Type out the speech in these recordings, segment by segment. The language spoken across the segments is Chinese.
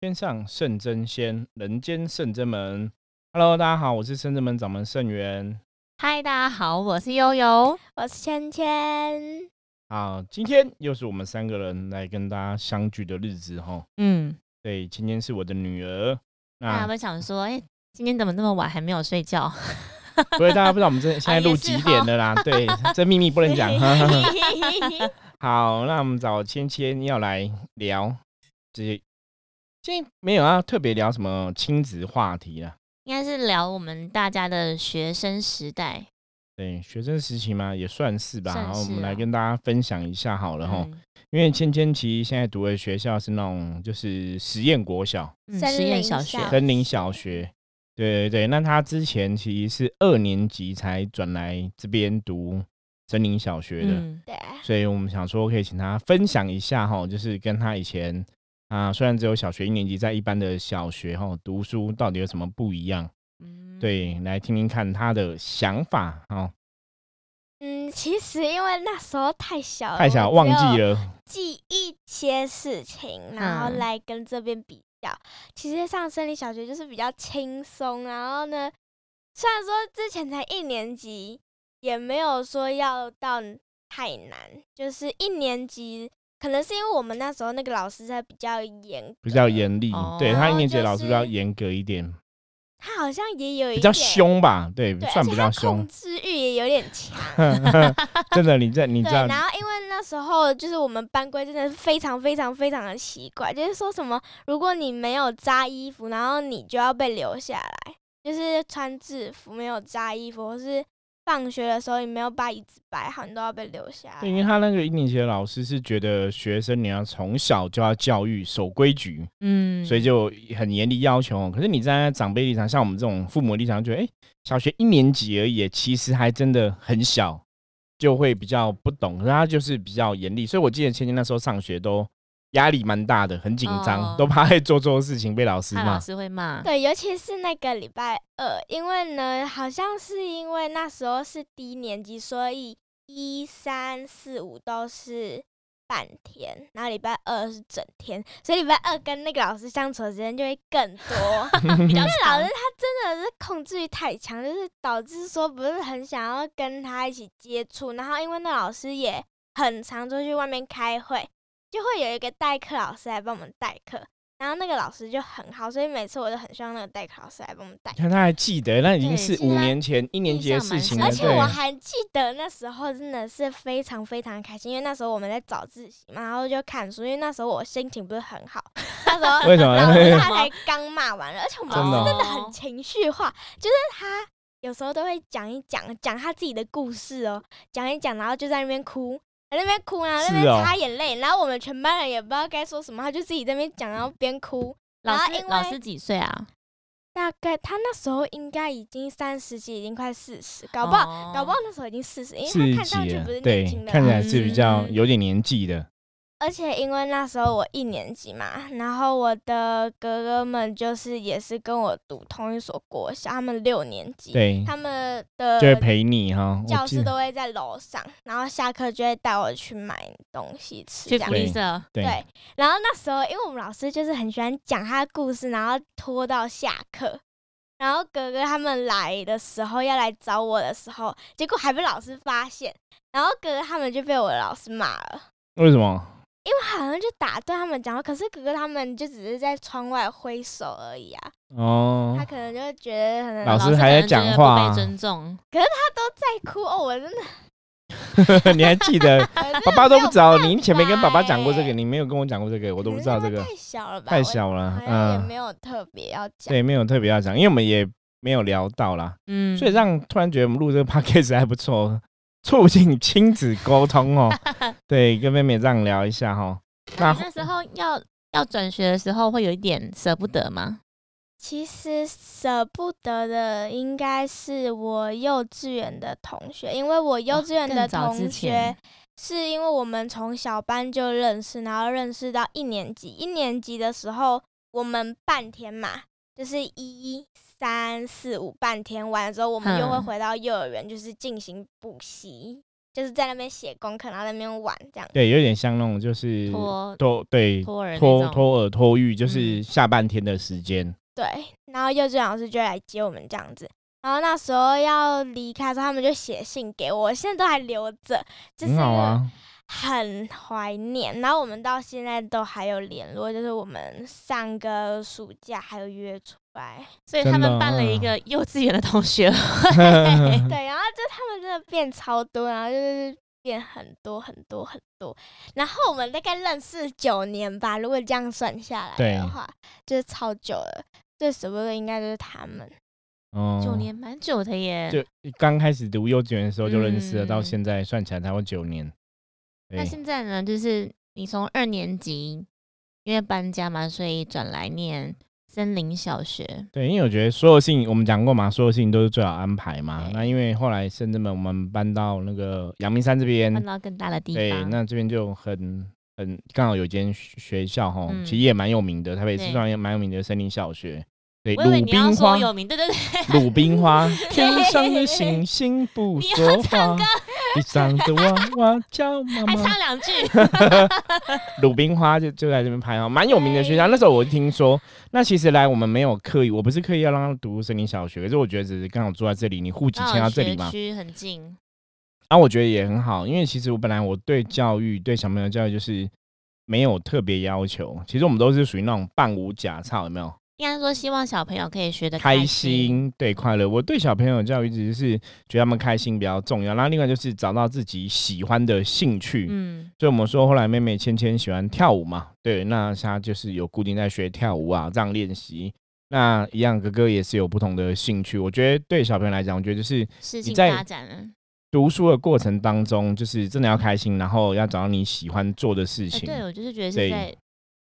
天上圣真仙，人间圣真门。Hello，大家好，我是圣真门掌门圣元。嗨，大家好，我是悠悠。我是芊芊，啊，今天又是我们三个人来跟大家相聚的日子哈。嗯，对，今天是我的女儿。那我 那们想说，哎、今天怎么那么晚还没有睡觉？不过大家不知道我们这现在也录是几吼点了 啦？对，这秘密不能讲。 好，那我们找芊芊要来聊这些，今天没有要特别聊什么亲子话题啦。应该是聊我们大家的学生时代，对，学生时期嘛，也算是吧。算然后我是们来啊跟大家分享一下好了哈。嗯因为芊芊其实现在读的学校是那种就是实验国小、嗯森实验林小学，小森林小学。对对对，那她之前其实是二年级才转来这边读森林小学的，嗯，对，所以我们想说可以请她分享一下哈，就是跟她以前啊，虽然只有小学一年级，在一般的小学哈读书到底有什么不一样？嗯，对，来听听看她的想法哦。嗯，其实因为那时候太小了，太想忘记，了，记一些事情，然后嗯来跟这边比较。其实上森林小学就是比较轻松，然后呢，虽然说之前才一年级，也没有说要到太难，就是一年级。可能是因为我们那时候那个老师他比较严格，比较严厉。哦对她一年级的然后老就师比是较严格一点。他好像也有一比较点凶吧，对，对，算而且比他较凶 控。制欲也有点强。真的，你这你这对，样，然后因为那时候就是我们班规真的是非常非常非常的奇怪，就是说什么如果你没有扎衣服，然后你就要被留下来，就是穿制服没有扎衣服，或是放学的时候你没有把椅子摆好，你都要被留下对因为来。他那个一年级的老师是觉得学生你要从小就要教育守规矩，嗯，所以就很严厉要求。可是你站在长辈立场，像我们这种父母的立场，就觉得哎、诶小学一年级而已，其实还真的很小，就会比较不懂。可是他就是比较严厉，所以我记得芊芊那时候上学都压力蛮大的，很紧张，哦都怕会做错事情被老师怕老骂。师会骂，对，尤其是那个礼拜二，因为呢，好像是因为那时候是低年级，所以一三四五都是半天，然后礼拜二是整天，所以礼拜二跟那个老师相处的时间就会更多。比较老长师，他真的是控制欲太强，就是导致说不是很想要跟他一起接触。然后因为那老师也很常出去外面开会，就会有一个代课老师来帮我们代课。然后那个老师就很好，所以每次我都很希望那个代课老师来帮我们代你。看他还记得，那已经对是是五啊年前一年级的印象事蛮情深了，而刻且对我还记得那时候真的是非常非常开心，因为那时候我们在早自习嘛，然后就看书，因为那时候我心情不是很好， 那时 候为什么老师他才刚骂完了，而且我们真的哦老师真的很情绪化，就是他有时候都会讲一讲，讲他自己的故事哦，讲一讲，然后就在那边哭。在那边哭，啊然后在那是哦边擦眼泪，然后我们全班人也不知道该说什么，他就自己在那边讲，然后边哭。老然后师因为老师几岁啊？大概他那时候应该已经三十几，已经快四十，搞不好、哦搞不好那时候已经四十，因四为十他看上几去了不是，对年轻，的看起来啦。是比较嗯有点年纪的。而且因为那时候我一年级嘛，然后我的哥哥们就是也是跟我读同一所国小，他们六年级，对，他们就会的陪你哈。教我记室得都会在楼上，然后下课就会带我去买东西吃，去这福样利社，对对，然后那时候因为我们老师就是很喜欢讲他的故事，然后拖到下课。然后哥哥他们来的时候要来找我的时候，结果还被老师发现，然后哥哥他们就被我的老师骂了，为什么？因为好像就打断他们讲话，可是哥哥他们就只是在窗外挥手而已啊，哦他，可能就会觉得可能老师可还在能觉得讲不话啊被尊重，在哭哦，我真 的，你还记 得？我真的爸爸都不知道，没有办法你以前没跟爸爸讲过这个，欸你没有跟我讲过这个，我都不知道这个可能是因为，太小了吧，太我小了好，像也嗯，没有特别要讲，对，没有特别要讲，因为我们也没有聊到啦，嗯，所以让突然觉得我们录这个 podcast 还不错，促进亲子沟通 哦。对，跟妹妹这样聊一下哈。那那你那时候要要转学的时候会有一点舍不得吗？其实舍不得的应该是我幼稚园的同学，因为我幼哇稚园更的早之同学前是因为我们从小班就认识，然后认识到一年级。一年级的时候，我们半天嘛，就是一三四五半天完之后，我们又会嗯回到幼儿园，就是进行补习。就是在那边写功课，然后在那边玩这样。对，有点像那种就是托托嗯对托人那托种，托尔托育，就是嗯下半天的时间。对，然后幼稚园老师就会来接我们这样子。然后那时候要离开的时候，他们就写信给我，我现在都还留着，就是很好 啊， 很怀念。然后我们到现在都还有联络，就是我们上个暑假还有约出来。所以真他的们办了啊一个幼稚园的 同学会，嗯对，然后就他们真的变超多，然后就是变很多很多很多。然后我们大概认识九年吧，如果这样算下来对的话，就是超久了。最舍不得应该就是他们。 哦九年蛮久的耶。就刚开始读幼稚园的时候就认识了，嗯到现在算起来才会九年。那对，现在呢，就是你从二年级因为搬家嘛，所以转来念森林小学。对，因为我觉得所有事情我们讲过嘛，所有事情都是最好安排嘛。对那因为后来甚至们我们搬到那个阳明山这边，搬到更大的地嗯对，方。那这边就很很刚好有间学学校哈，嗯其实也蛮有名的，台北市对算也蛮有名的森林小学。对，我以为鲁你要冰说花，有名，对 对对，鲁冰花， 天上的星星不你要说话，地上的娃娃叫妈还妈。唱两句。哦鲁冰花就就在这边拍啊，蛮有名的学校。那时候我就听说，那其实来我们没有刻意，我不是刻意要让他读森林小学，可是我觉得只是刚好住在这里，你户籍刚迁到好这里学嘛，区很近，然后我觉得也很好，因为其实我本来我对教育对小朋友教育就是没有特别要求，其实我们都是属于那种半无假操，有没有？应该说希望小朋友可以学得开心。心，对快乐。我对小朋友的教育只是觉得他们开心比较重要，然后另外就是找到自己喜欢的兴趣。嗯，所以我们说，后来妹妹芊芊喜欢跳舞嘛，对，那她就是有固定在学跳舞啊，这样练习。那一样，哥哥也是有不同的兴趣。我觉得对小朋友来讲，我觉得就是事情在发展了。读书的过程当中，就是真的要开心，然后要找到你喜欢做的事哎情。对，我就是觉得对是在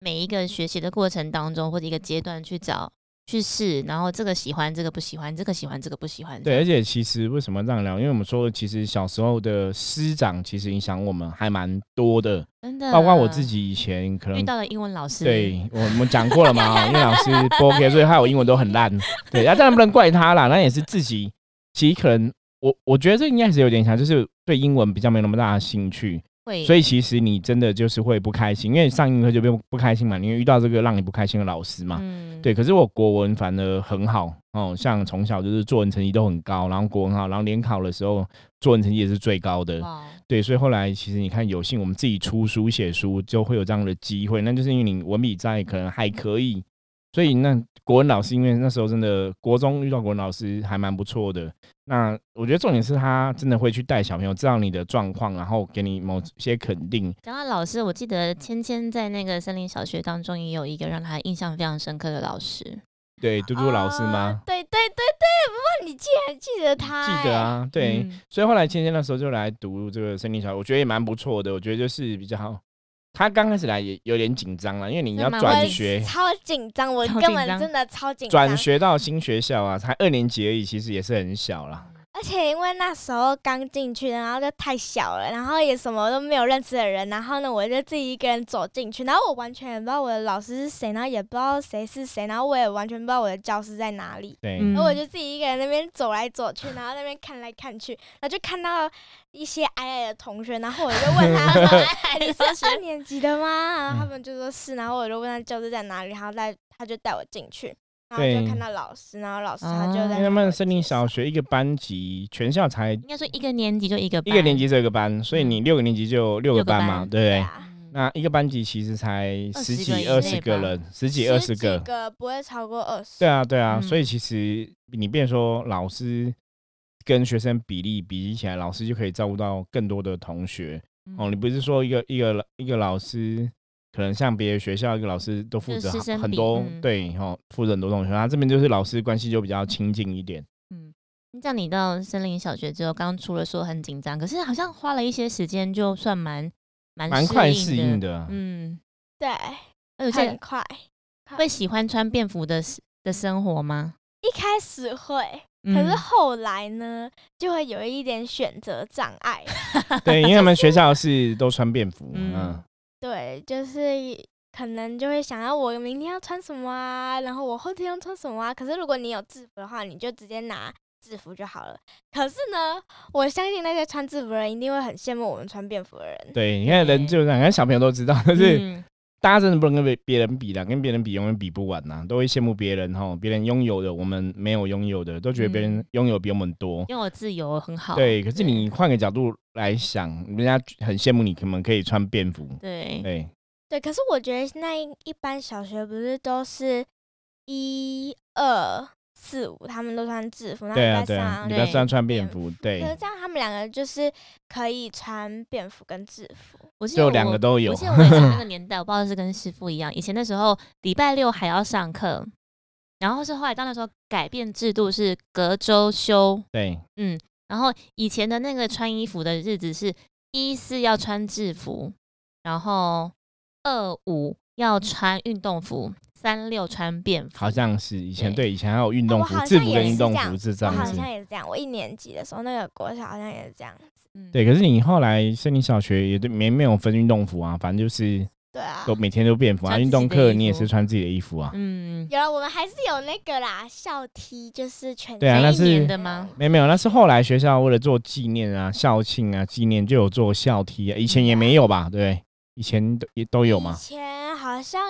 每一个学习的过程当中，或者一个阶段去找、去试，然后这个喜欢，这个不喜欢，这个喜欢，这个不喜欢。对，而且其实为什么这样聊？因为我们说，其实小时候的师长其实影响我们还蛮多的，真的，包括我自己以前可能嗯遇到了英文老师，对，我们讲过了 嘛，因为老师不 OK，所以害我英文都很烂。对，啊，当然不能怪他啦，那也是自己，其实可能我我觉得这应该是有点像，就是对英文比较没那么大的兴趣，会，所以以其实你真的就是会不开心，因为上英文课就变不开心嘛，因为遇到这个让你不开心的老师嘛。嗯，对，可是我国文反而很好哦，像从小就是作文成绩都很高，然后国文好，然后联考的时候作文成绩也是最高的。哇，对，所以后来其实你看，有幸我们自己出书写书，就会有这样的机会。那就是因为你文笔在，可能还可以。所以那国文老师，因为那时候真的国中遇到国文老师还蛮不错的。那我觉得重点是他真的会去带小朋友，知道你的状况，然后给你某些肯定。讲到老师，我记得芊芊在那个森林小学当中也有一个让她印象非常深刻的老师，对，嘟嘟老师吗哦？对对对对，不过你竟然记得他、记得，啊，对。嗯所以后来芊芊那时候就来读这个森林小学，我觉得也蛮不错的。我觉得就是比较好。他刚开始来也有点紧张了，因为你那要蛮转哎我学，超紧张，我超根紧本张真的超紧张转。学到新学校啊，才二年级而已，其实也是很小啦。而且因为那时候刚进去，然后就太小了，然后也什么都没有认识的人，然后呢，我就自己一个人走进去，然后我完全也不知道我的老师是谁，然后也不知道谁是谁，然后我也完全不知道我的教室在哪里，对，嗯然后我就自己一个人那边走来走去，然后那边看来看去，然后就看到一些矮矮的同学，然后我就问他 说哎：“ 你是二年级的吗？”然嗯后他们就说是，然后我就问他教室在哪里，然后带他就带我进去，然后对就看到老师，然后老师他就在因为他跟我们森林介绍小学一个班级，全校才应该说一个年级就一个一个班年，级只有一个班，所以你六个年级就六个班嘛，六个班对不对？啊嗯那一个班级其实才十几20二个以十内个吧人，十几十二十个，不会超过二十。对啊，对啊，嗯所以其实你变说老师跟学生比例比起来，老师就可以照顾到更多的同学嗯哦。你不是说一个一个一个老师，可能像别的学校一个老师都负就责师生很比多，嗯对哦，负责很多同学，他这边就是老师关系就比较亲近一点。这样你到森林小学之后，刚刚除了说很紧张，可是好像花了一些时间，就算蛮蛮蛮快适应的。的。嗯，对，而很且快。会喜欢穿便服的 s- 的生活吗？一开始会，嗯可是后来呢，就会有一点选择障碍。对，因为他们学校是都穿便服，嗯嗯，对，就是可能就会想要我明天要穿什么啊，然后我后天要穿什么啊。可是如果你有制服的话，你就直接拿制服就好了。可是呢，我相信那些穿制服的人一定会很羡慕我们穿便服的人。对，你看人就是这样，你看小朋友都知道，但是嗯大家真的不能跟别别人比啦，跟别人比永远比不完呐，都会羡慕别人哈，别人拥有的我们没有拥有的，都觉得别人嗯拥有比我们多。因为我自由很好。对，可是你换个角度来想，人家很羡慕你，可能可以穿便服。对对，对，可是我觉得那一一般小学不是都是一二四五，他们都穿制服，然后对啊，礼拜对三啊，啊你礼不要对穿穿便服，对可，是这样，他们两个就是可以穿便服跟制服。我记得就我两个都有我。记得我以前 那个年代，我不知道是跟师傅一样，以前的时候礼拜六还要上课，然后是后来到那时候改变制度是隔周休，对，然后以前的那个穿衣服的日子是一四要穿制服，然后二五要穿运动服，三六穿便服。好像是以前对对以前还有运哦动我服、好制像服也跟运是动这样服是这我样好子。像也是这样，我一年级的时候那个国小好像也是这样。嗯对，可是你后来升你小学也对没没有分运动服啊，反正就是对啊都，每天都便服啊，穿自己的运动课你也衣服是穿自己的衣服啊。嗯，有了我们还是有那个啦，校 T 就是全对啊校那一年是的吗？没有没有，那是后来学校为了做纪念啊、校庆啊、纪念，就有做校 T 啊。以前也没有吧？对不对，以前都也都有以嘛。前好像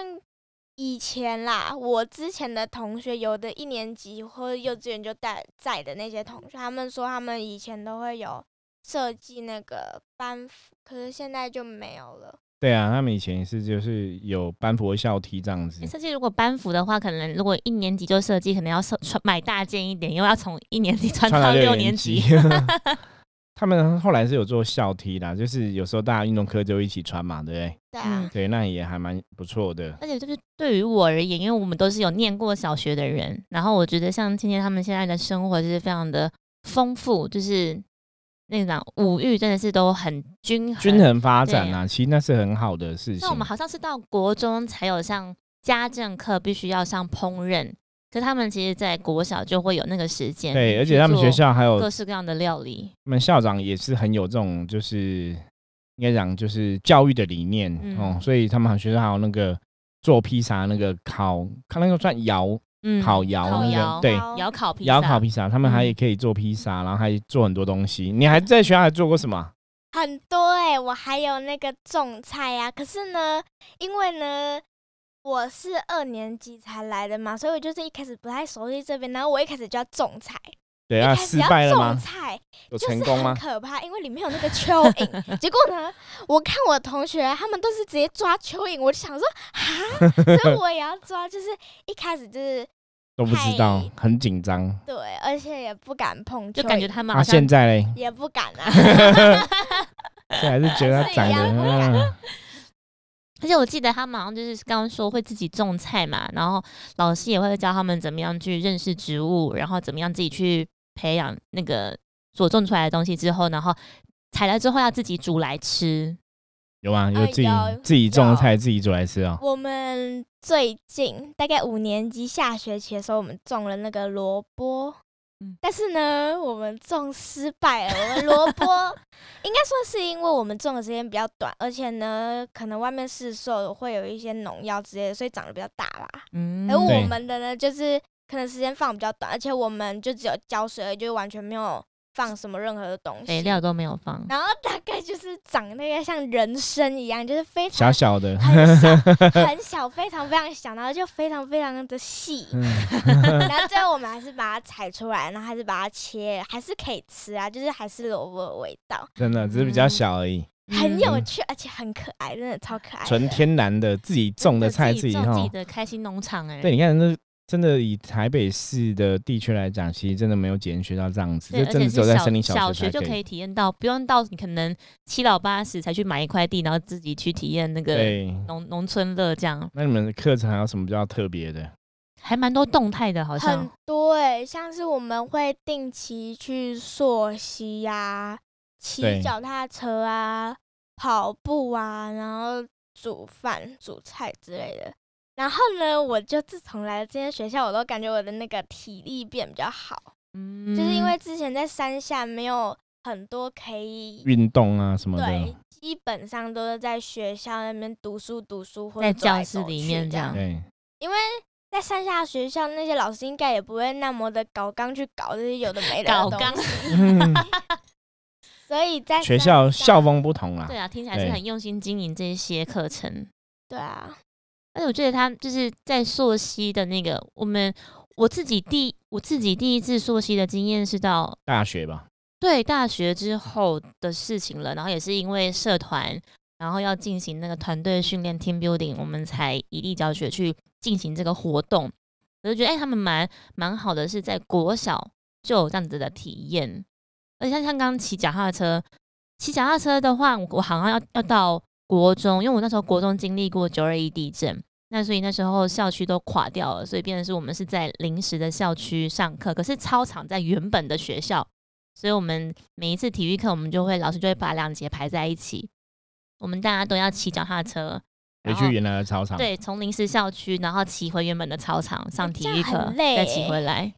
以前啦，我之前的同学有的一年级或者幼稚园就带在的那些同学，他们说他们以前都会有设计那个班服，可是现在就没有了。对啊，他们以前也是就是有班服和校 T 这样子诶。设计如果班服的话，可能如果一年级就设计，可能要设穿买大件一点，因为要从一年级 穿穿到到六年级 级。。他们后来是有做校 T 啦，就是有时候大家运动课就一起穿嘛，对不对？对啊，嗯对，那也还蛮不错的。而且就是对于我而言，因为我们都是有念过小学的人，然后我觉得像倩倩他们现在的生活就是非常的丰富，就是那种五育真的是都很均衡。均。衡发展啊，其实那是很好的事情那我。们好像是到国中才有像家政课必须要上烹饪，可他们其实在国小就会有那个时间。对，而且他们学校还有各式各样的料理。他们校长也是很有这种，就是应该讲就是教育的理念、嗯哦，所以他们学校还有那个做披萨那个烤，看那个算窑嗯烤窑烤那窑个对。好窑烤披萨，窑烤披萨，他们还也嗯可以做披萨，然后还做很多东西。你还在学校还做过什么啊？很多哎、我还有那个种菜呀、可是呢，因为呢，我是二年级才来的嘛，所以我就是一开始不太熟悉这边，然后我一开始就要种菜，对一啊，开失始要败了种吗？菜，有就是成很功吗？可怕，因为里面有那个蚯蚓。结果呢，我看我同学他们都是直接抓蚯蚓，我就想说哈，所以我也要抓。就是一开始就是都不知道太，很紧张。对，而且也不敢碰蚯蚓，就感觉他们好啊，像现在嘞，也不敢 啊。现在还是觉得他是一长得样嗯而且我记得他们好像就是刚刚说会自己种菜嘛，然后老师也会教他们怎么样去认识植物，然后怎么样自己去培养那个所种出来的东西之后，然后采了之后要自己煮来吃。有吗？有哎自己有自己种有的菜自己煮来吃哦。我们最近大概五年级下学期的时候，我们种了那个萝卜嗯。但是呢，我们种失败了。我们萝 卜应该说是因为我们种的时间比较短，而且呢，可能外面市售会有一些农药之类的，所以长得比较大啦。嗯而我对们的呢，就是可能时间放比较短，而且我们就只有浇水而已，就完全没有放什么任何的东肥西。料都没有放，然后大概就是长那个像人参一样，就是非小常小 的，很小很小，非常非常小，然后就非常非常的细。嗯然后最后我们还是把它采出来，然后还是把它切，还是可以吃啊，就是还是萝卜的味道，真的只是比较嗯小而已，很有嗯趣，而且很可爱，真的超可爱的。纯天然的自己 种的菜自自己种自哈己。的开心农场哎、对，你看那真的以台北市的地区来讲，其实真的没有几人学到这样子，对，这而真且的只有是在小森林小学学就才可以以。体验到，不用到你可能七老八十才去买一块地，然后自己去体验那个对，农农村乐，这样那你们的课程还有什么比较特别的？还蛮多动态的，好像很多哎、像是我们会定期去溯溪呀、骑对脚踏车啊、跑步啊，然后煮饭、煮菜之类的。然后呢，我就自从来了这间学校，我都感觉我的那个体力变比较好，嗯就是因为之前在山下没有很多可以运动啊什么对的，，基本上都是在学校那边读书读书或者在走来教室走里去面这这样哦对，因为在山下学校那些老师应该也不会那么的搞刚去搞这些有的没的搞东刚西，嗯，所以在学山校下校风不同啦哎对。啊，听起来是对很用心经营这些课程。对啊，而且我觉得他就是在溯溪的那个，我们我自己第我自己第一次溯溪的经验是到大学吧，对大学之后的事情了，然后也是因为社团，然后要进行那个团队训练 （team building），我们才一力教学去进行这个活动。我就觉得，哎、他们蛮蛮好的，是在国小就有这样子的体验。而且像像刚刚骑脚踏车，骑脚踏车的话，我我好像要要到国中，因为我那时候国中经历过九二一地震，那所以那时候校区都垮掉了，所以变成是我们是在临时的校区上课，可是操场在原本的学校，所以我们每一次体育课，我们就会老师就会把两节排在一起，我们大家都要骑脚踏车，回然后去原来的操场。，对，从临时校区，然后骑回原本的操场上体这样育很课，累再骑欸回来。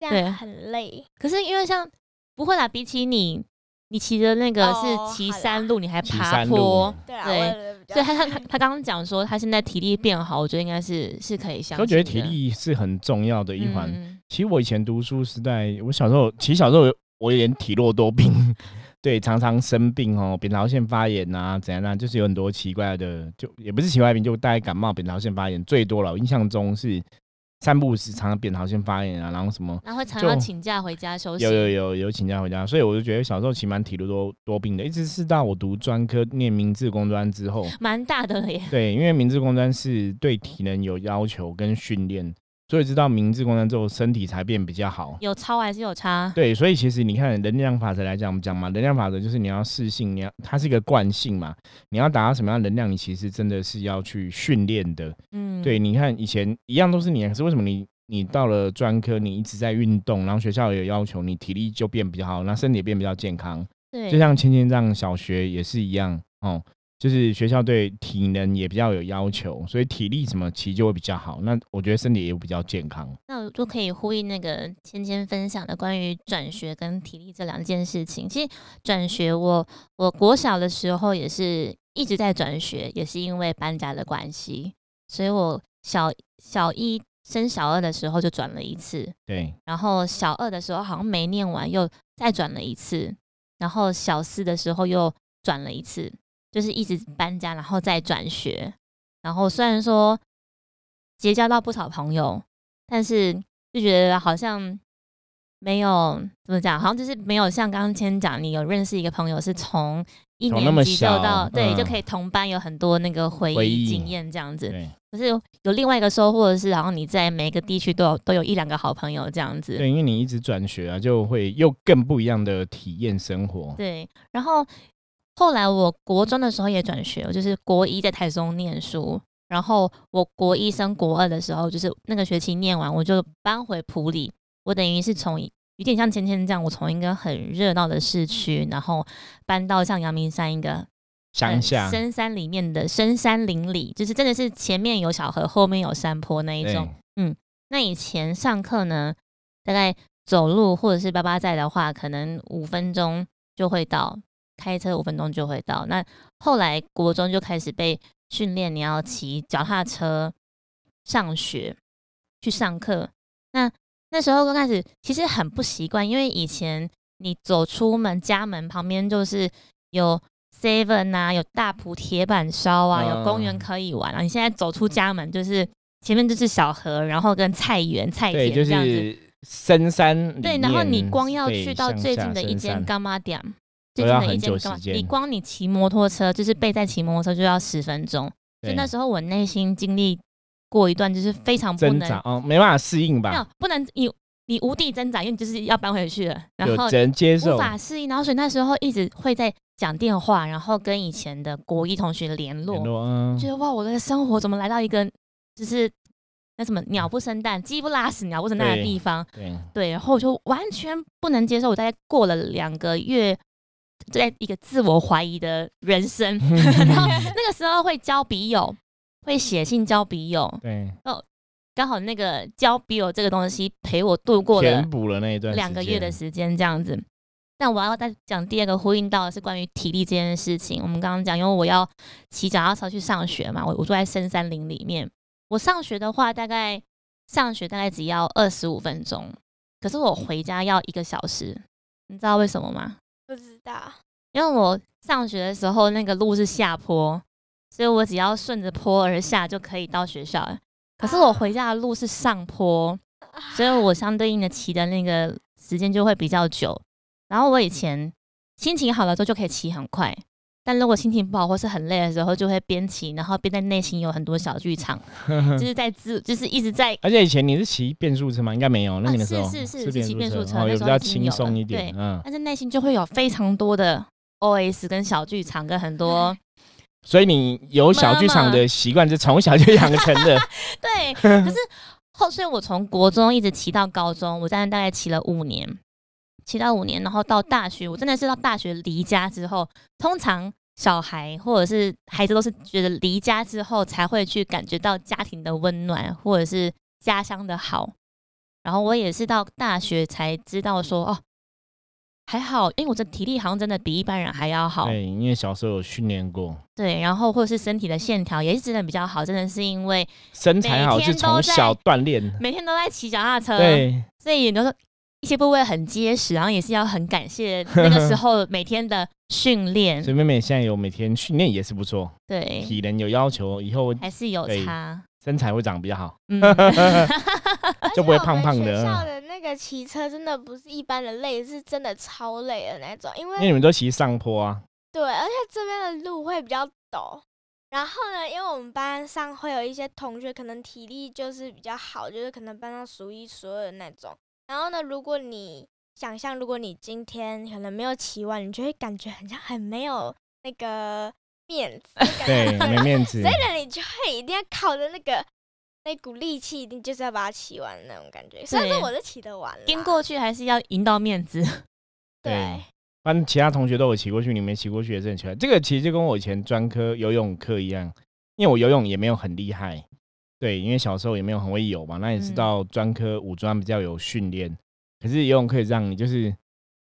这对样很累。可是因为像不会啦，比起你，你骑的那个哦是骑好啦山路，你还骑爬山路嗯坡，，对啊，对为了比所较以他他他刚刚讲说他现在体力变好，我觉得应该是是可以相信我的。觉得体力是很重要的一环。嗯其实我以前读书时代，我小时候，其实小时候有我有点体弱多病， 对，常常生病哦，扁桃腺发炎啊，怎样啊，就是有很多奇怪的，就也不是奇怪病，就大概感冒、扁桃腺发炎最多了。我印象中是散步时常常扁桃腺发炎啊，然后什么然后会常就常请假回家休息。有有有有请假回家，所以我就觉得小时候其实蛮体弱多多病的，一直是到我读专科念明治工专之后，蛮大的了耶，对，因为明治工专是对体能有要求跟训练，所以知道明治工专之后身体才变比较好。有超还是有差？对，所以其实你看能量法则来讲，我们讲嘛，能量法则就是你要适性，你要它是一个惯性嘛，你要达到什么样的能量，你其实真的是要去训练的。嗯，对，你看以前一样都是你，可是为什么你你到了专科，你一直在运动，然后学校也有要求，你体力就变比较好，那身体也变比较健康。对，就像千千丈小学也是一样哦，就是学校对体能也比较有要求，所以体力什么骑就会比较好。那我觉得身体也比较健康。那我就可以呼应那个芊芊分享的关于转学跟体力这两件事情。其实转学我，我国小的时候也是一直在转学，也是因为搬家的关系，所以我小小一升小二的时候就转了一次，对，然后小二的时候好像没念完，又再转了一次，然后小四的时候又转了一次，就是一直搬家，然后再转学。然后虽然说结交到不少朋友，但是就觉得好像没有怎么讲，好像就是没有像刚刚先讲，你有认识一个朋友是从一从那么年级就小到对、嗯就可以同班，有很多那个回回忆忆经验这样子。对可是有另外一个收获的是，然后你在每个地区都有都有一两个好朋友这样子。对，因为你一直转学啊，就会又更不一样的体验生活。对然后后来我国中的时候也转学，我就是国一在台中念书，然后我国一升国二的时候，就是那个学期念完，我就搬回普里，我等于是从一有点像芊芊这样，我从一个很热闹的市区，然后搬到像阳明山一个乡呃下，深山里面的深山林里，就是真的是前面有小河，后面有山坡那一对种。那以前上课呢，大概走路或者是爸爸在的话，可能五分钟就会到，开车五分钟就会到。那后来国中就开始被训练，你要骑脚踏车上学去上课。那那时候刚开始其实很不习惯，因为以前你走出门家门旁边就是有 Seven 啊，有大埔铁板烧啊，有公园嗯可以玩啊。你现在走出家门就是前面就是小河，然后跟菜园、菜对，田就这样子。是深山里面。对，然后你光要对去到乡最下近的一深间山干妈店，都最近要的一很间久干妈时，间你光你骑摩托车，就是备在骑摩托车就要十分钟。所以对那时候我内心经历过一段就是非常不挣能，扎哦，没办法适应没有吧，不能你你无地挣扎，因为你就是要搬回去了，然后有只能接无受。法适应，然后所以那时候一直会在讲电话，然后跟以前的国一同学联络联，络嗯，觉得哇，我的生活怎么来到一个就是那什么鸟不生蛋、鸡不拉屎、鸟不生蛋的对地方？对，对，然后我就完全不能接受，我大概过了两个月，在一个自我怀疑的人 生。然后那个时候会交笔友，会写信交笔友，对，刚好那个交笔友这个东西陪我度过了填补了那一段两时个月的间时间这样子。但我要再讲第二个呼应到的是关于体力这件事情。我们刚刚讲，因为我要骑脚踏车去上学嘛，我我住在深山林里面。我上学的话，大概上学大概只要二十五分钟，可是我回家要一个小时，你知道为什么吗？不知道，因为我上学的时候那个路是下坡，所以我只要顺着坡而下就可以到学校了。可是我回家的路是上坡，所以我相对应的骑的那个时间就会比较久。然后我以前心情好的时候就可以骑很快，但如果心情不好或是很累的时候，就会边骑，然后边在内心有很多小剧场，就是在自，就是一直在而且以前你是骑变速车吗？应该没有，那啊你们时候是是是是骑变变速速车，车哦，那有时比候较已经轻有松了一点，嗯。但是内心就会有非常多的 OS 跟小剧场跟很多所以你有小剧场的习惯是从小就养成的，对，可是后，所以我从国中一直骑到高中，我在那大概骑了五年，骑到五年，然后到大学，我真的是到大学离家之后，通常小孩或者是孩子都是觉得离家之后才会去感觉到家庭的温暖，或者是家乡的好。然后我也是到大学才知道说，哦，还好，因为我这体力好像真的比一般人还要 好。对，因为小时候有训练过，对，然后或者是身体的线条也是真的比较好，真的是因为身材好每是天从都在小锻炼，每天都在骑脚踏车。对，所以都说一些部位很结实，然后也是要很感谢那个时候每天的训练所，以妹妹现在有每天训练也是不错，对，体能有要求，以后还是有对差。身材会长比较 好。 嗯，就不会啊胖胖的嗯而且我们学校的那个骑车真的不是一般的累，是真的超累的那种，因为因为你们都骑上坡啊，对，而且这边的路会比较陡。然后呢，因为我们班上会有一些同学，可能体力就是比较好，就是可能班上数一数二的那种。然后呢，如果你想象，如果你今天可能没有骑完，你就会感觉很像很没有那个面子，就感觉对，没面 子所。以呢，你就会一定要靠着那个那股力气，一定就是要把它骑完的那种感觉。虽然说对我是骑得完啦，跟过去还是要赢到面子。 对对，反正其他同学都有骑过去，你没骑过去也是很奇怪。这个其实就跟我以前专科游泳课一样，因为我游泳也没有很厉害，对，因为小时候也没有很会游嘛，那也是嗯到专科五专比较有训练。可是游泳可以让你就是，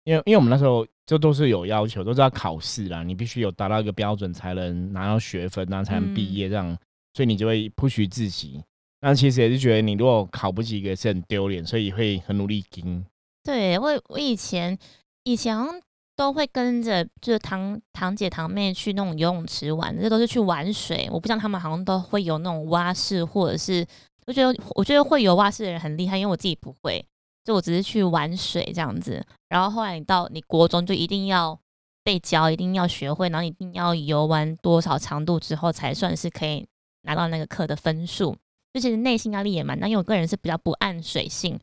因为因为我们那时候就都是有要求，都是要考试啦，你必须有达到一个标准才能拿到学分啊，然后才能毕业嗯这样，所以你就会 push 自己。那其实也是觉得你如果考不及格是很丢脸，所以会很努力盯。对我，我以前以前好像都会跟着就是堂堂姐堂妹去那种游泳池玩，这都是去玩水。我不知道他们好像都会有那种蛙式，或者是我觉得我觉得会游蛙式的人很厉害，因为我自己不会，就我只是去玩水这样子。然后后来你到你国中就一定要被教，一定要学会，然后一定要游完多少长度之后才算是可以拿到那个课的分数。就其实内心压力也蛮大，因为我个人是比较不按水性，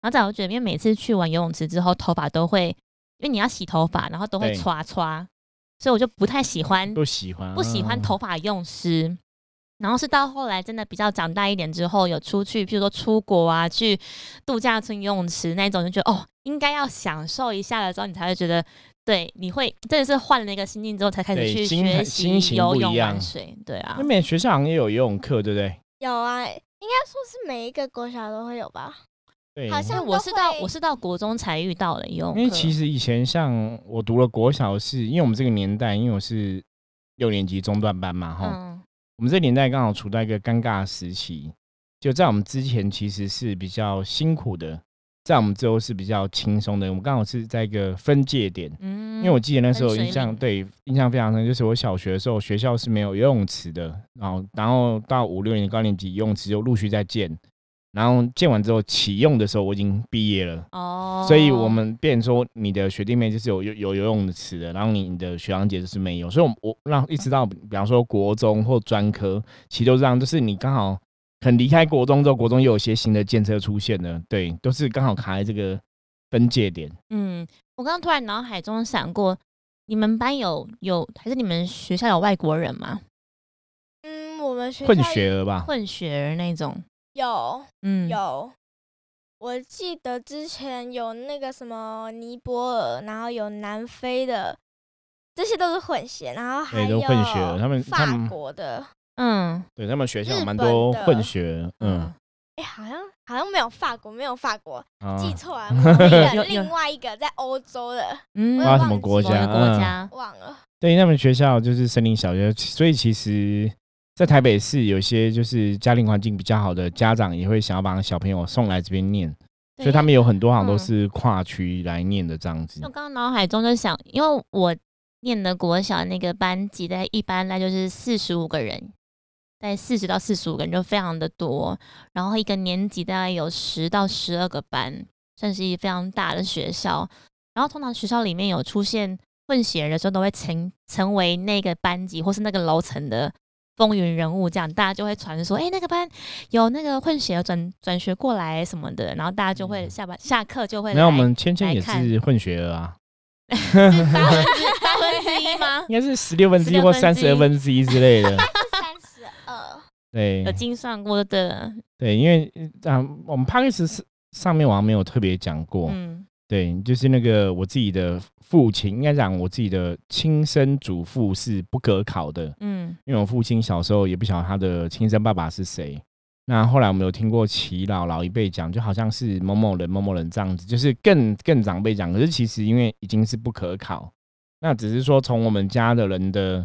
然后再来我觉得，因为每次去完游泳池之后，头发都会，因为你要洗头发，然后都会对刷刷，所以我就不太喜欢，不喜欢，嗯不喜欢头发用湿。然后是到后来真的比较长大一点之后，有出去，譬如说出国啊，去度假村游泳池那种，就觉得哦，应该要享受一下了之后，你才会觉得，对，你会真的是换了一个心境之后，才开对始去心态学心习情不游一泳、样玩水，对啊那，每学校好像也有游泳课，对不对？有啊，应该说是每一个国小都会有吧。对，好所以像我都是到会我是到国中才遇到了游泳课，因为其实以前像我读了国小是，因为我们这个年代，因为我是六年级中段班嘛，哈、嗯，我们这个年代刚好处在一个尴尬的时期，就在我们之前其实是比较辛苦的，在我们之后是比较轻松的，我们刚好是在一个分界点。嗯，因为我记得那时候分水印象岭对印象非常深，就是我小学的时候学校是没有游泳池的，然后然后到五六年高年级游泳池就陆续在建，然后建完之后启用的时候我已经毕业了，哦，所以我们变成说你的学弟妹就是有有有游泳池的，然后你的学长姐就是没有，所以我我让一直到比方说国中或专科，其实都是这样，就是你刚好很离开国中之后，国中又有一些新的建设出现了，对，都是刚好卡在这个分界点。嗯，我刚刚突然脑海中闪过，你们班有有还是你们学校有外国人吗？嗯，我们学校混血儿吧，混血儿那种？有嗯，有，我记得之前有那个什么尼泊尔，然后有南非的，这些都是混血，然后还对有都混血了他们他法们国的，嗯对他们学校日蛮多本的混血，嗯，哎、好像好像没有法国，没有法国，啊，记错了，我 记有得有另外一个在欧洲的，嗯，不知道忘什么记国某家，个国嗯家， 忘了。对，他们学校就是森林小学，所以其实在台北市有一些就是家庭环境比较好的家长，也会想要把小朋友送来这边念，所以他们有很多好像都嗯是跨区来念的这样子就。刚刚脑海中就想，因为我念的国小那个班级，大概一般那就是四十五个人，大概四十到四十五个人就非常的多，然后一个年级大概有十到十二个班，算是一非常大的学校。然后通常学校里面有出现混血儿的时候，都会成成为那个班级或是那个楼层的风云人物，这样大家就会传说，哎、那个班有那个混血儿转转学过来什么的，然后大家就会下班下课就嗯会没有，我来们芊芊也来看是混血儿啊，八分之 八分之一吗？应该是十六分之一16或分三之十一二分之一之类的。 三十二，对有精算过的，对，因为啊、我们 p a c k a g e 是上面我好像没有特别讲过，嗯，对，就是那个我自己的父亲，应该讲我自己的亲生祖父是不可考的，嗯，因为我父亲小时候也不晓得他的亲生爸爸是谁。那后来我们有听过齐老老一辈讲，就好像是某某人某某人这样子，就是更更长辈讲。可是其实因为已经是不可考，那只是说从我们家的人的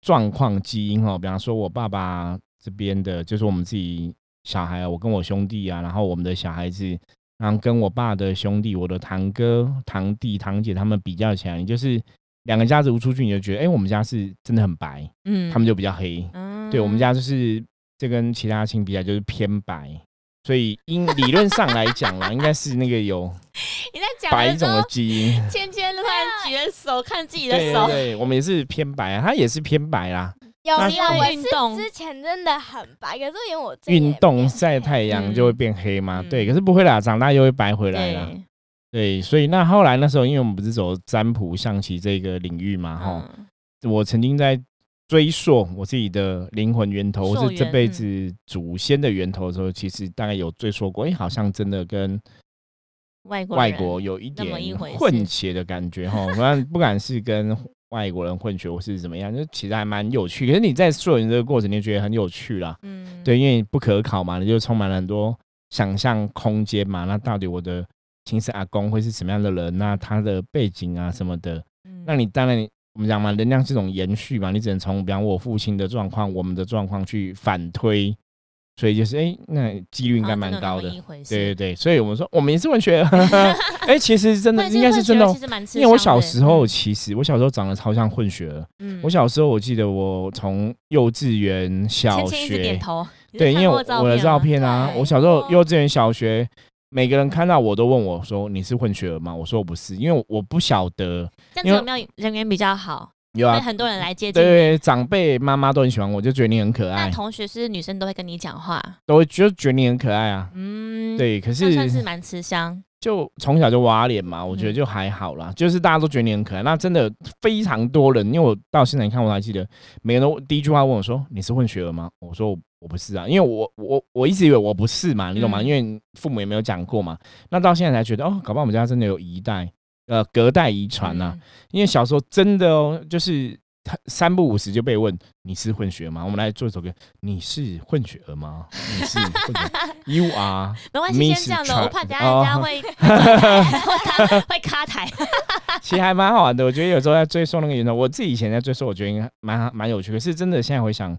状况基因哦，比方说我爸爸这边的，就是我们自己小孩啊，我跟我兄弟啊，然后我们的小孩子，然后跟我爸的兄弟、我的堂哥、堂弟、堂姐他们比较起来，就是两个家族出去，你就觉得，哎、我们家是真的很白。嗯，他们就比较黑。嗯，对我们家就是这跟其他亲比较就是偏白，所以因理论上来讲啦，应该是那个有你在讲白的时种的候，基因。芊芊突然举着手看自己的对对手，对，我们也是偏白啊，他也是偏白啦。有那没是有？我运动是之前真的很白，可是因为我这运也动变晒黑太阳嗯就会变黑嘛，嗯对。可是不会啦，长大又会白回来啦。对，对，所以那后来那时候，因为我们不是走占卜象棋这个领域嘛，哈、嗯我曾经在追溯我自己的灵魂源头，溯或是这源嗯辈子祖先的源头的时候，其实大概有追溯过，哎、好像真的跟外国外人国有一那么一点回事混血的感觉哈，不然不管是跟外国人混血或是怎么样，就其实还蛮有趣。可是你在溯源这个过程，你就觉得很有趣啦，嗯，对，因为不可考嘛，你就充满了很多想象空间嘛。那到底我的亲生阿公会是什么样的人？那他的背景啊什么的，嗯，那你当然你，我们讲嘛，能量是一种延续嘛，你只能从比方我父亲的状况、我们的状况去反推，所以就是哎、诶那几率应啊该蛮高的。对对对，对，所以我们说我们也是文学， 哎、其实真的混血应该是真的混哦血，其实蛮吃因为我香小的时候，其实我小时候长得超像混血儿，嗯，我小时候我记得我从幼稚园、小芊芊一直点学，头，你是对，因看为我过我的吗照片啊，对我小时候幼稚园、小学，每个人看到我都问我说你是混血儿吗？我说我不是，因为我我不晓得这样因子为有没有人缘比较好？有会啊，很多人来接近对你。对，长辈妈妈都很喜欢我，就觉得你很可那爱，同学是女生都会跟你讲话，都会就觉得你很可爱啊。嗯，，对，可那算是是蛮吃香，就从小就挖脸嘛，我觉得嗯就还好啦。就是大家都觉得你很可爱，那真的非常多人，因为我到现在你看我还记得，每个人都第一句话问我说：“你是混血儿吗？”我说我：“我不是啊，因为我我我一直以为我不是嘛，你懂吗？嗯因为父母也没有讲过嘛。那到现在才觉得哦，搞不好我们家真的有一代呃隔代遗传呐、嗯因为小时候真的哦，就是他三不五时就被问你是混血吗？我们来做一首歌，你是混血儿吗？你是混血儿 ，You are 没关系， Miss 先这样的，我 Chan- 怕等下人家哦 会会会卡台。其实还蛮好玩的。我觉得有时候在追溯那个源头，我自己以前在追溯，我觉得应该蛮蛮有趣。可是真的现在回想，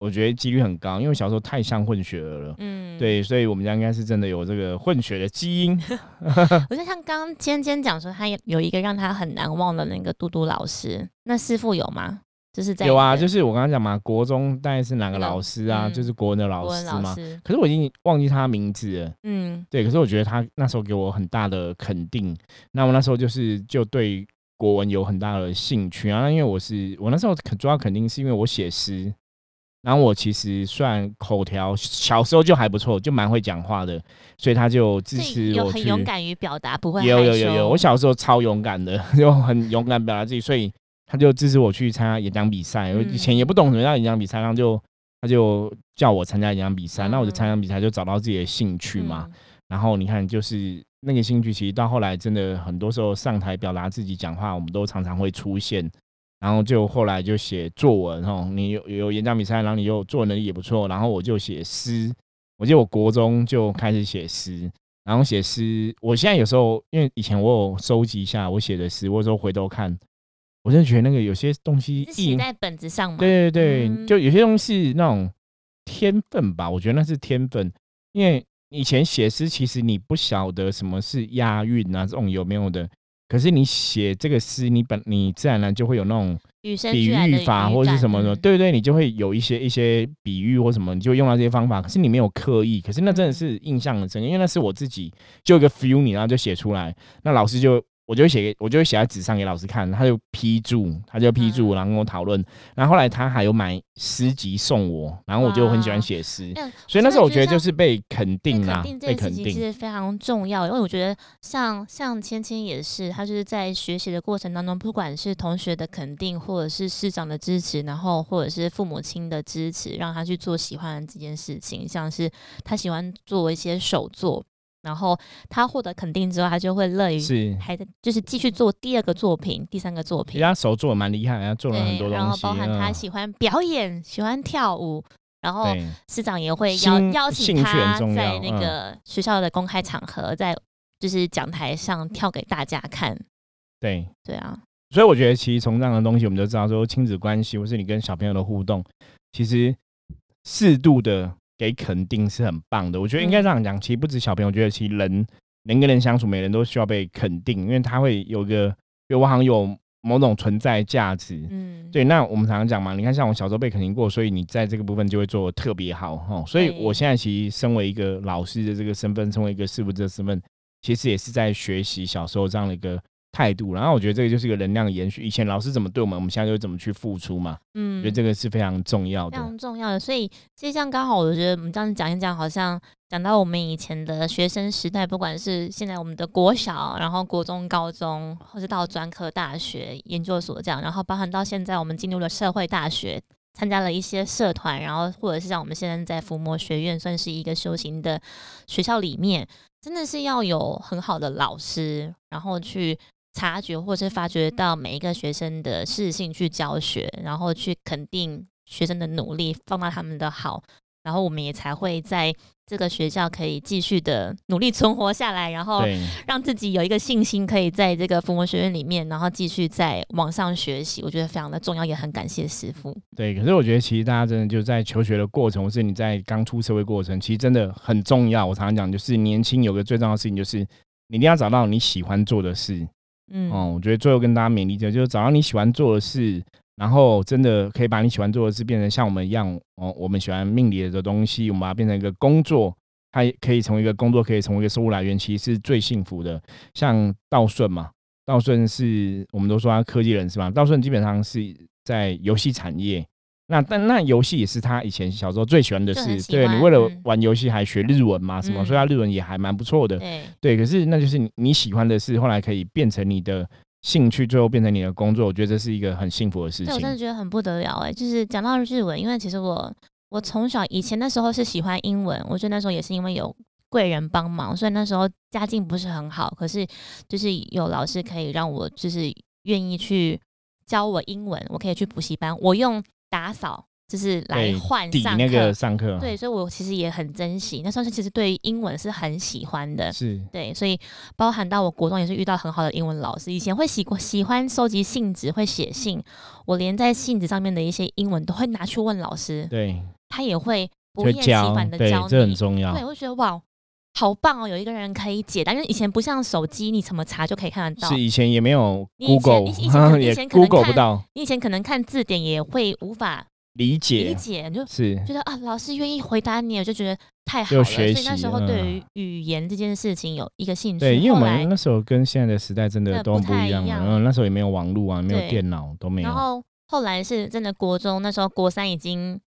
我觉得几率很高，因为小时候太像混血儿了。嗯，，对，所以我们家应该是真的有这个混血的基因。我就像刚刚尖尖讲说，他有有一个让他很难忘的那个嘟嘟老师，那师傅有吗？就是在有啊，你的就是我刚刚讲嘛，国中大概是哪个那个老师啊？嗯就是国文的老国文师老嘛。师，可是我已经忘记他名字了。嗯，对，可是我觉得他那时候给我很大的肯定，那我那时候就是就对国文有很大的兴趣啊，那因为我是我那时候肯主要肯定是因为我写诗，然后我其实算口条小时候就还不错，就蛮会讲话的，所以他就支所以持有我很去。勇敢于表达，不会有有害有有，羞我小时候超勇敢的， 就很勇敢表达自己，所以他就支持我去参加演讲比赛。我嗯以前也不懂什么叫演讲比赛，然后就他就叫我参加演讲比赛，那我就嗯参加比赛，就找到自己的兴趣嘛。，然后你看，就是那个兴趣，其实到后来真的很多时候上台表达自己讲话，我们都常常会出现。然后就后来就写作文哦，你有有演讲比赛，然后你又作文能力也不错，然后我就写诗。我记得我国中就开始写诗，然后写诗，我现在有时候因为以前我有收集一下我写的诗，我有时候回头看，我真的觉得那个有些东西是意写在本子上吗？对对对，嗯就有些东西是那种天分吧，我觉得那是天分，因为以前写诗，其实你不晓得什么是押韵啊，这种有没有的。可是你写这个诗，你本你自然而然就会有那种与生比俱来的喻法或是感什么的，嗯对对，你就会有一些一些比喻或什么，你就会用到这些方法。可是你没有刻意，可是那真的是印象很深刻，因为那是我自己就有一个 feel，你然后就写出来，那老师就我就会写给我就会写在纸上给老师看，他就批注，他就批注，嗯然后跟我讨论。然后后来他还有买诗集送我，然后我就很喜欢哇写诗，嗯所以那时候我觉得真的就是被肯定啦被肯定，这被件肯事情其定。实非常重要，因为我觉得像像芊芊也是，她就是在学习的过程当中，不管是同学的肯定，或者是师长的支持，然后或者是父母亲的支持，让她去做喜欢的这件事情，像是她喜欢做一些手作，然后她获得肯定之后，她就会乐于是，还在就是继续做第二个作品、第三个作人品。家手做得蛮厉害，人家做了很对多，然东后西。包含她嗯喜欢表演、喜欢跳舞，然后对，市长也会邀兴邀兴请趣很他重要嗯在那个学校的公开场合，在就是讲台上跳给大家看。对。对啊，所以我觉得，其实从这样的东西，我们就知道说，亲子关系或是你跟小朋友的互动，其实适度的给肯定是很棒的。我觉得应该这样讲，其实不止小朋友，我觉得其实人人跟人相处，每人都需要被肯定，因为他会有个，因为我好像有某种存在价值。嗯，对，那我们常常讲嘛，你看像我小时候被肯定过，所以你在这个部分就会做得特别好哈、哦。所以对我现在其实身为一个老师的这个身份，身为一个师傅这个身份，其实也是在学习小时候这样的一个态度。然后我觉得这个就是一个能量的延续，以前老师怎么对我们，我们现在就怎么去付出嘛。我嗯觉得这个是非常重要非的。常重要的。所以，其实像刚好，我觉得我们这样子讲一讲，好像讲到我们以前的学生时代，不管是现在我们的国小，然后国中、高中，或是到专科大学、研究所这样，然后包含到现在我们进入了社会大学。参加了一些社团，然后或者是像我们现在在伏魔学院，算是一个修行的学校里面，真的是要有很好的老师，然后去察觉或是发掘到每一个学生的适性去教学，然后去肯定学生的努力，放大他们的好，然后我们也才会在这个学校可以继续的努力存活下来，然后对，让自己有一个信心，可以在这个伏魔学院里面，然后继续在网上学习，我觉得非常的重要，也很感谢师傅。对，可是我觉得其实大家真的就在求学的过程，或是你在刚出社会过程，其实真的很重要。我常常讲，就是年轻有个最重要的事情，就是你一定要找到你喜欢做的事。嗯，哦，我觉得最后跟大家勉励一下，就是找到你喜欢做的事，然后真的可以把你喜欢做的事变成像我们一样，哦，我们喜欢命理的东西，我们把它变成一个工作，它也可以从一个工作，可以从一个收入来源，其实是最幸福的。像道顺嘛，道顺是我们都说他科技人是吧？道顺基本上是在游戏产业。那但那游戏也是他以前小时候最喜欢的就很事，喜对你欢为了嗯玩游戏还学日文嘛什么，嗯所以他日文也还蛮不错的。对，对，可是那就是你你喜欢的事，后来可以变成你的兴趣，最后变成你的工作，我觉得这是一个很幸福的事对情我真。的觉得很不得了哎、就是讲到日文，因为其实我我从小以前那时候是喜欢英文，我觉得那时候也是因为有贵人帮忙，所以那时候家境不是很好，可是就是有老师可以让我就是愿意去教我英文，我可以去补习班，我用打扫就是来对换抵上那个课。上课，对，所以我其实也很珍惜。那时候其实对于英文是很喜欢的，是对，所以包含到我国中也是遇到很好的英文老师，以前会喜喜欢收集信纸，会写信，我连在信纸上面的一些英文都会拿去问老师，对，他也会不会厌其教烦，的对教，这很你。重对，要。我就觉得哇，好棒哦，有一个人可以解答，因为以前不像手机，你怎么查就可以看得到是。以前也没有你以前你以前可 Google，能也以前可能 Google 不看到你以前可能看字典也会无法理理解，解，你就是觉得啊，老师愿意回答你，我就觉得太好就了。所学以那习时候嗯对于语言这件事情有一个兴趣。对，因为我后来们那时候跟现在的时代真的对都不很不太一样一了，样然后那时候也没有网络啊，没有对电脑都没然有，后后来是真的国中那时候国三已经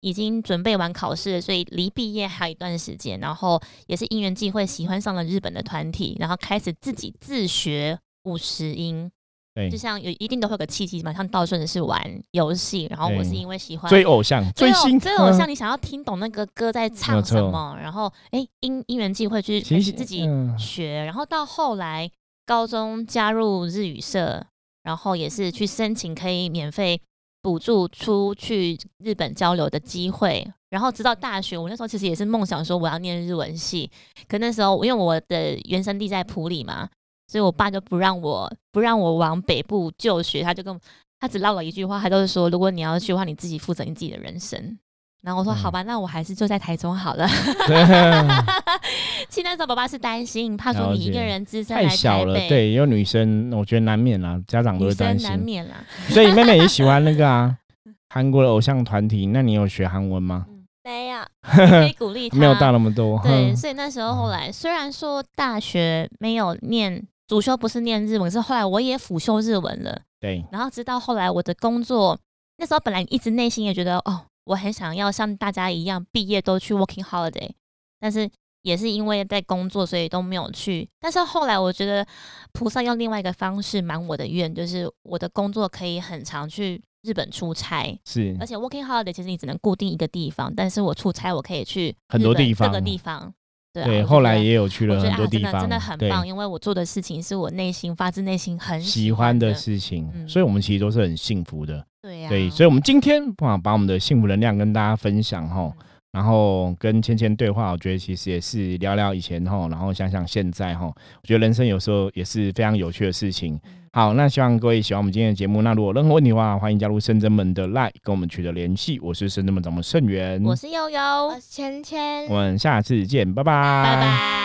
已经准备完考试了，所以离毕业还有一段时间。然后也是因缘际会喜欢上了日本的团体，然后开始自己自学五十音，对就，像有一定都会有个契机嘛，像道顺是玩游戏，然后我是因为喜欢追偶像，追追偶星，追偶像，嗯，你想要听懂那个歌在没唱错什么，然后哎因因缘际会去其开实始自己嗯学，然后到后来高中加入日语社，然后也是去申请可以免费补助出去日本交流的机会，然后直到大学，我那时候其实也是梦想说我要念日文系，可那时候因为我的原生地在普里嘛，所以我爸就不让我不让我往北部就学，他就跟我他只唠了一句话，他就是说，如果你要去的话，你自己负责你自己的人生。然后我说嗯好吧，那我还是就在台中好了。其实那时候爸爸是担心，怕说了你一个解人自身太来小台了，北，对，有女生，我觉得难免啦，家长都女会担生心难。免啦。所以妹妹也喜欢那个啊，韩国的偶像团体。那你有学韩文 吗？没有，可以鼓励他。没有大嗯那么 多。对，哼所以那时候后来虽然说大学没有念主修不是念日文，是后来我也辅修日文了。对，然后直到后来我的工作，那时候本来一直内心也觉得哦，我很想要像大家一样毕业都去 working holiday，但是也是因为在工作，所以都没有去。但是后来我觉得菩萨用另外一个方式满我的愿，就是我的工作可以很常去日本出差，是而且 working holiday 其实你只能固定一个地方，但是我出差我可以去很多日本地方各个地方。对啊、我对。就后来觉得也有去我了觉很得多啊，真地的方，真的很对棒，因为我做的事情是我内心发自内心很喜欢欢的的，事情，嗯所以我们其实都是很幸福的。对啊呀、对，所以我们今天不妨把我们的幸福能量跟大家分享哈。然后跟芊芊对话，我觉得其实也是聊聊以前哈，然后想想现在哈，我觉得人生有时候也是非常有趣的事情。好，那希望各位喜欢我们今天的节目。那如果有任何问题的话，欢迎加入深圳门的 Line 跟我们取得联系。我是深圳门掌门盛元，我是悠悠，呃我芊芊我，们下次见，拜拜，拜拜。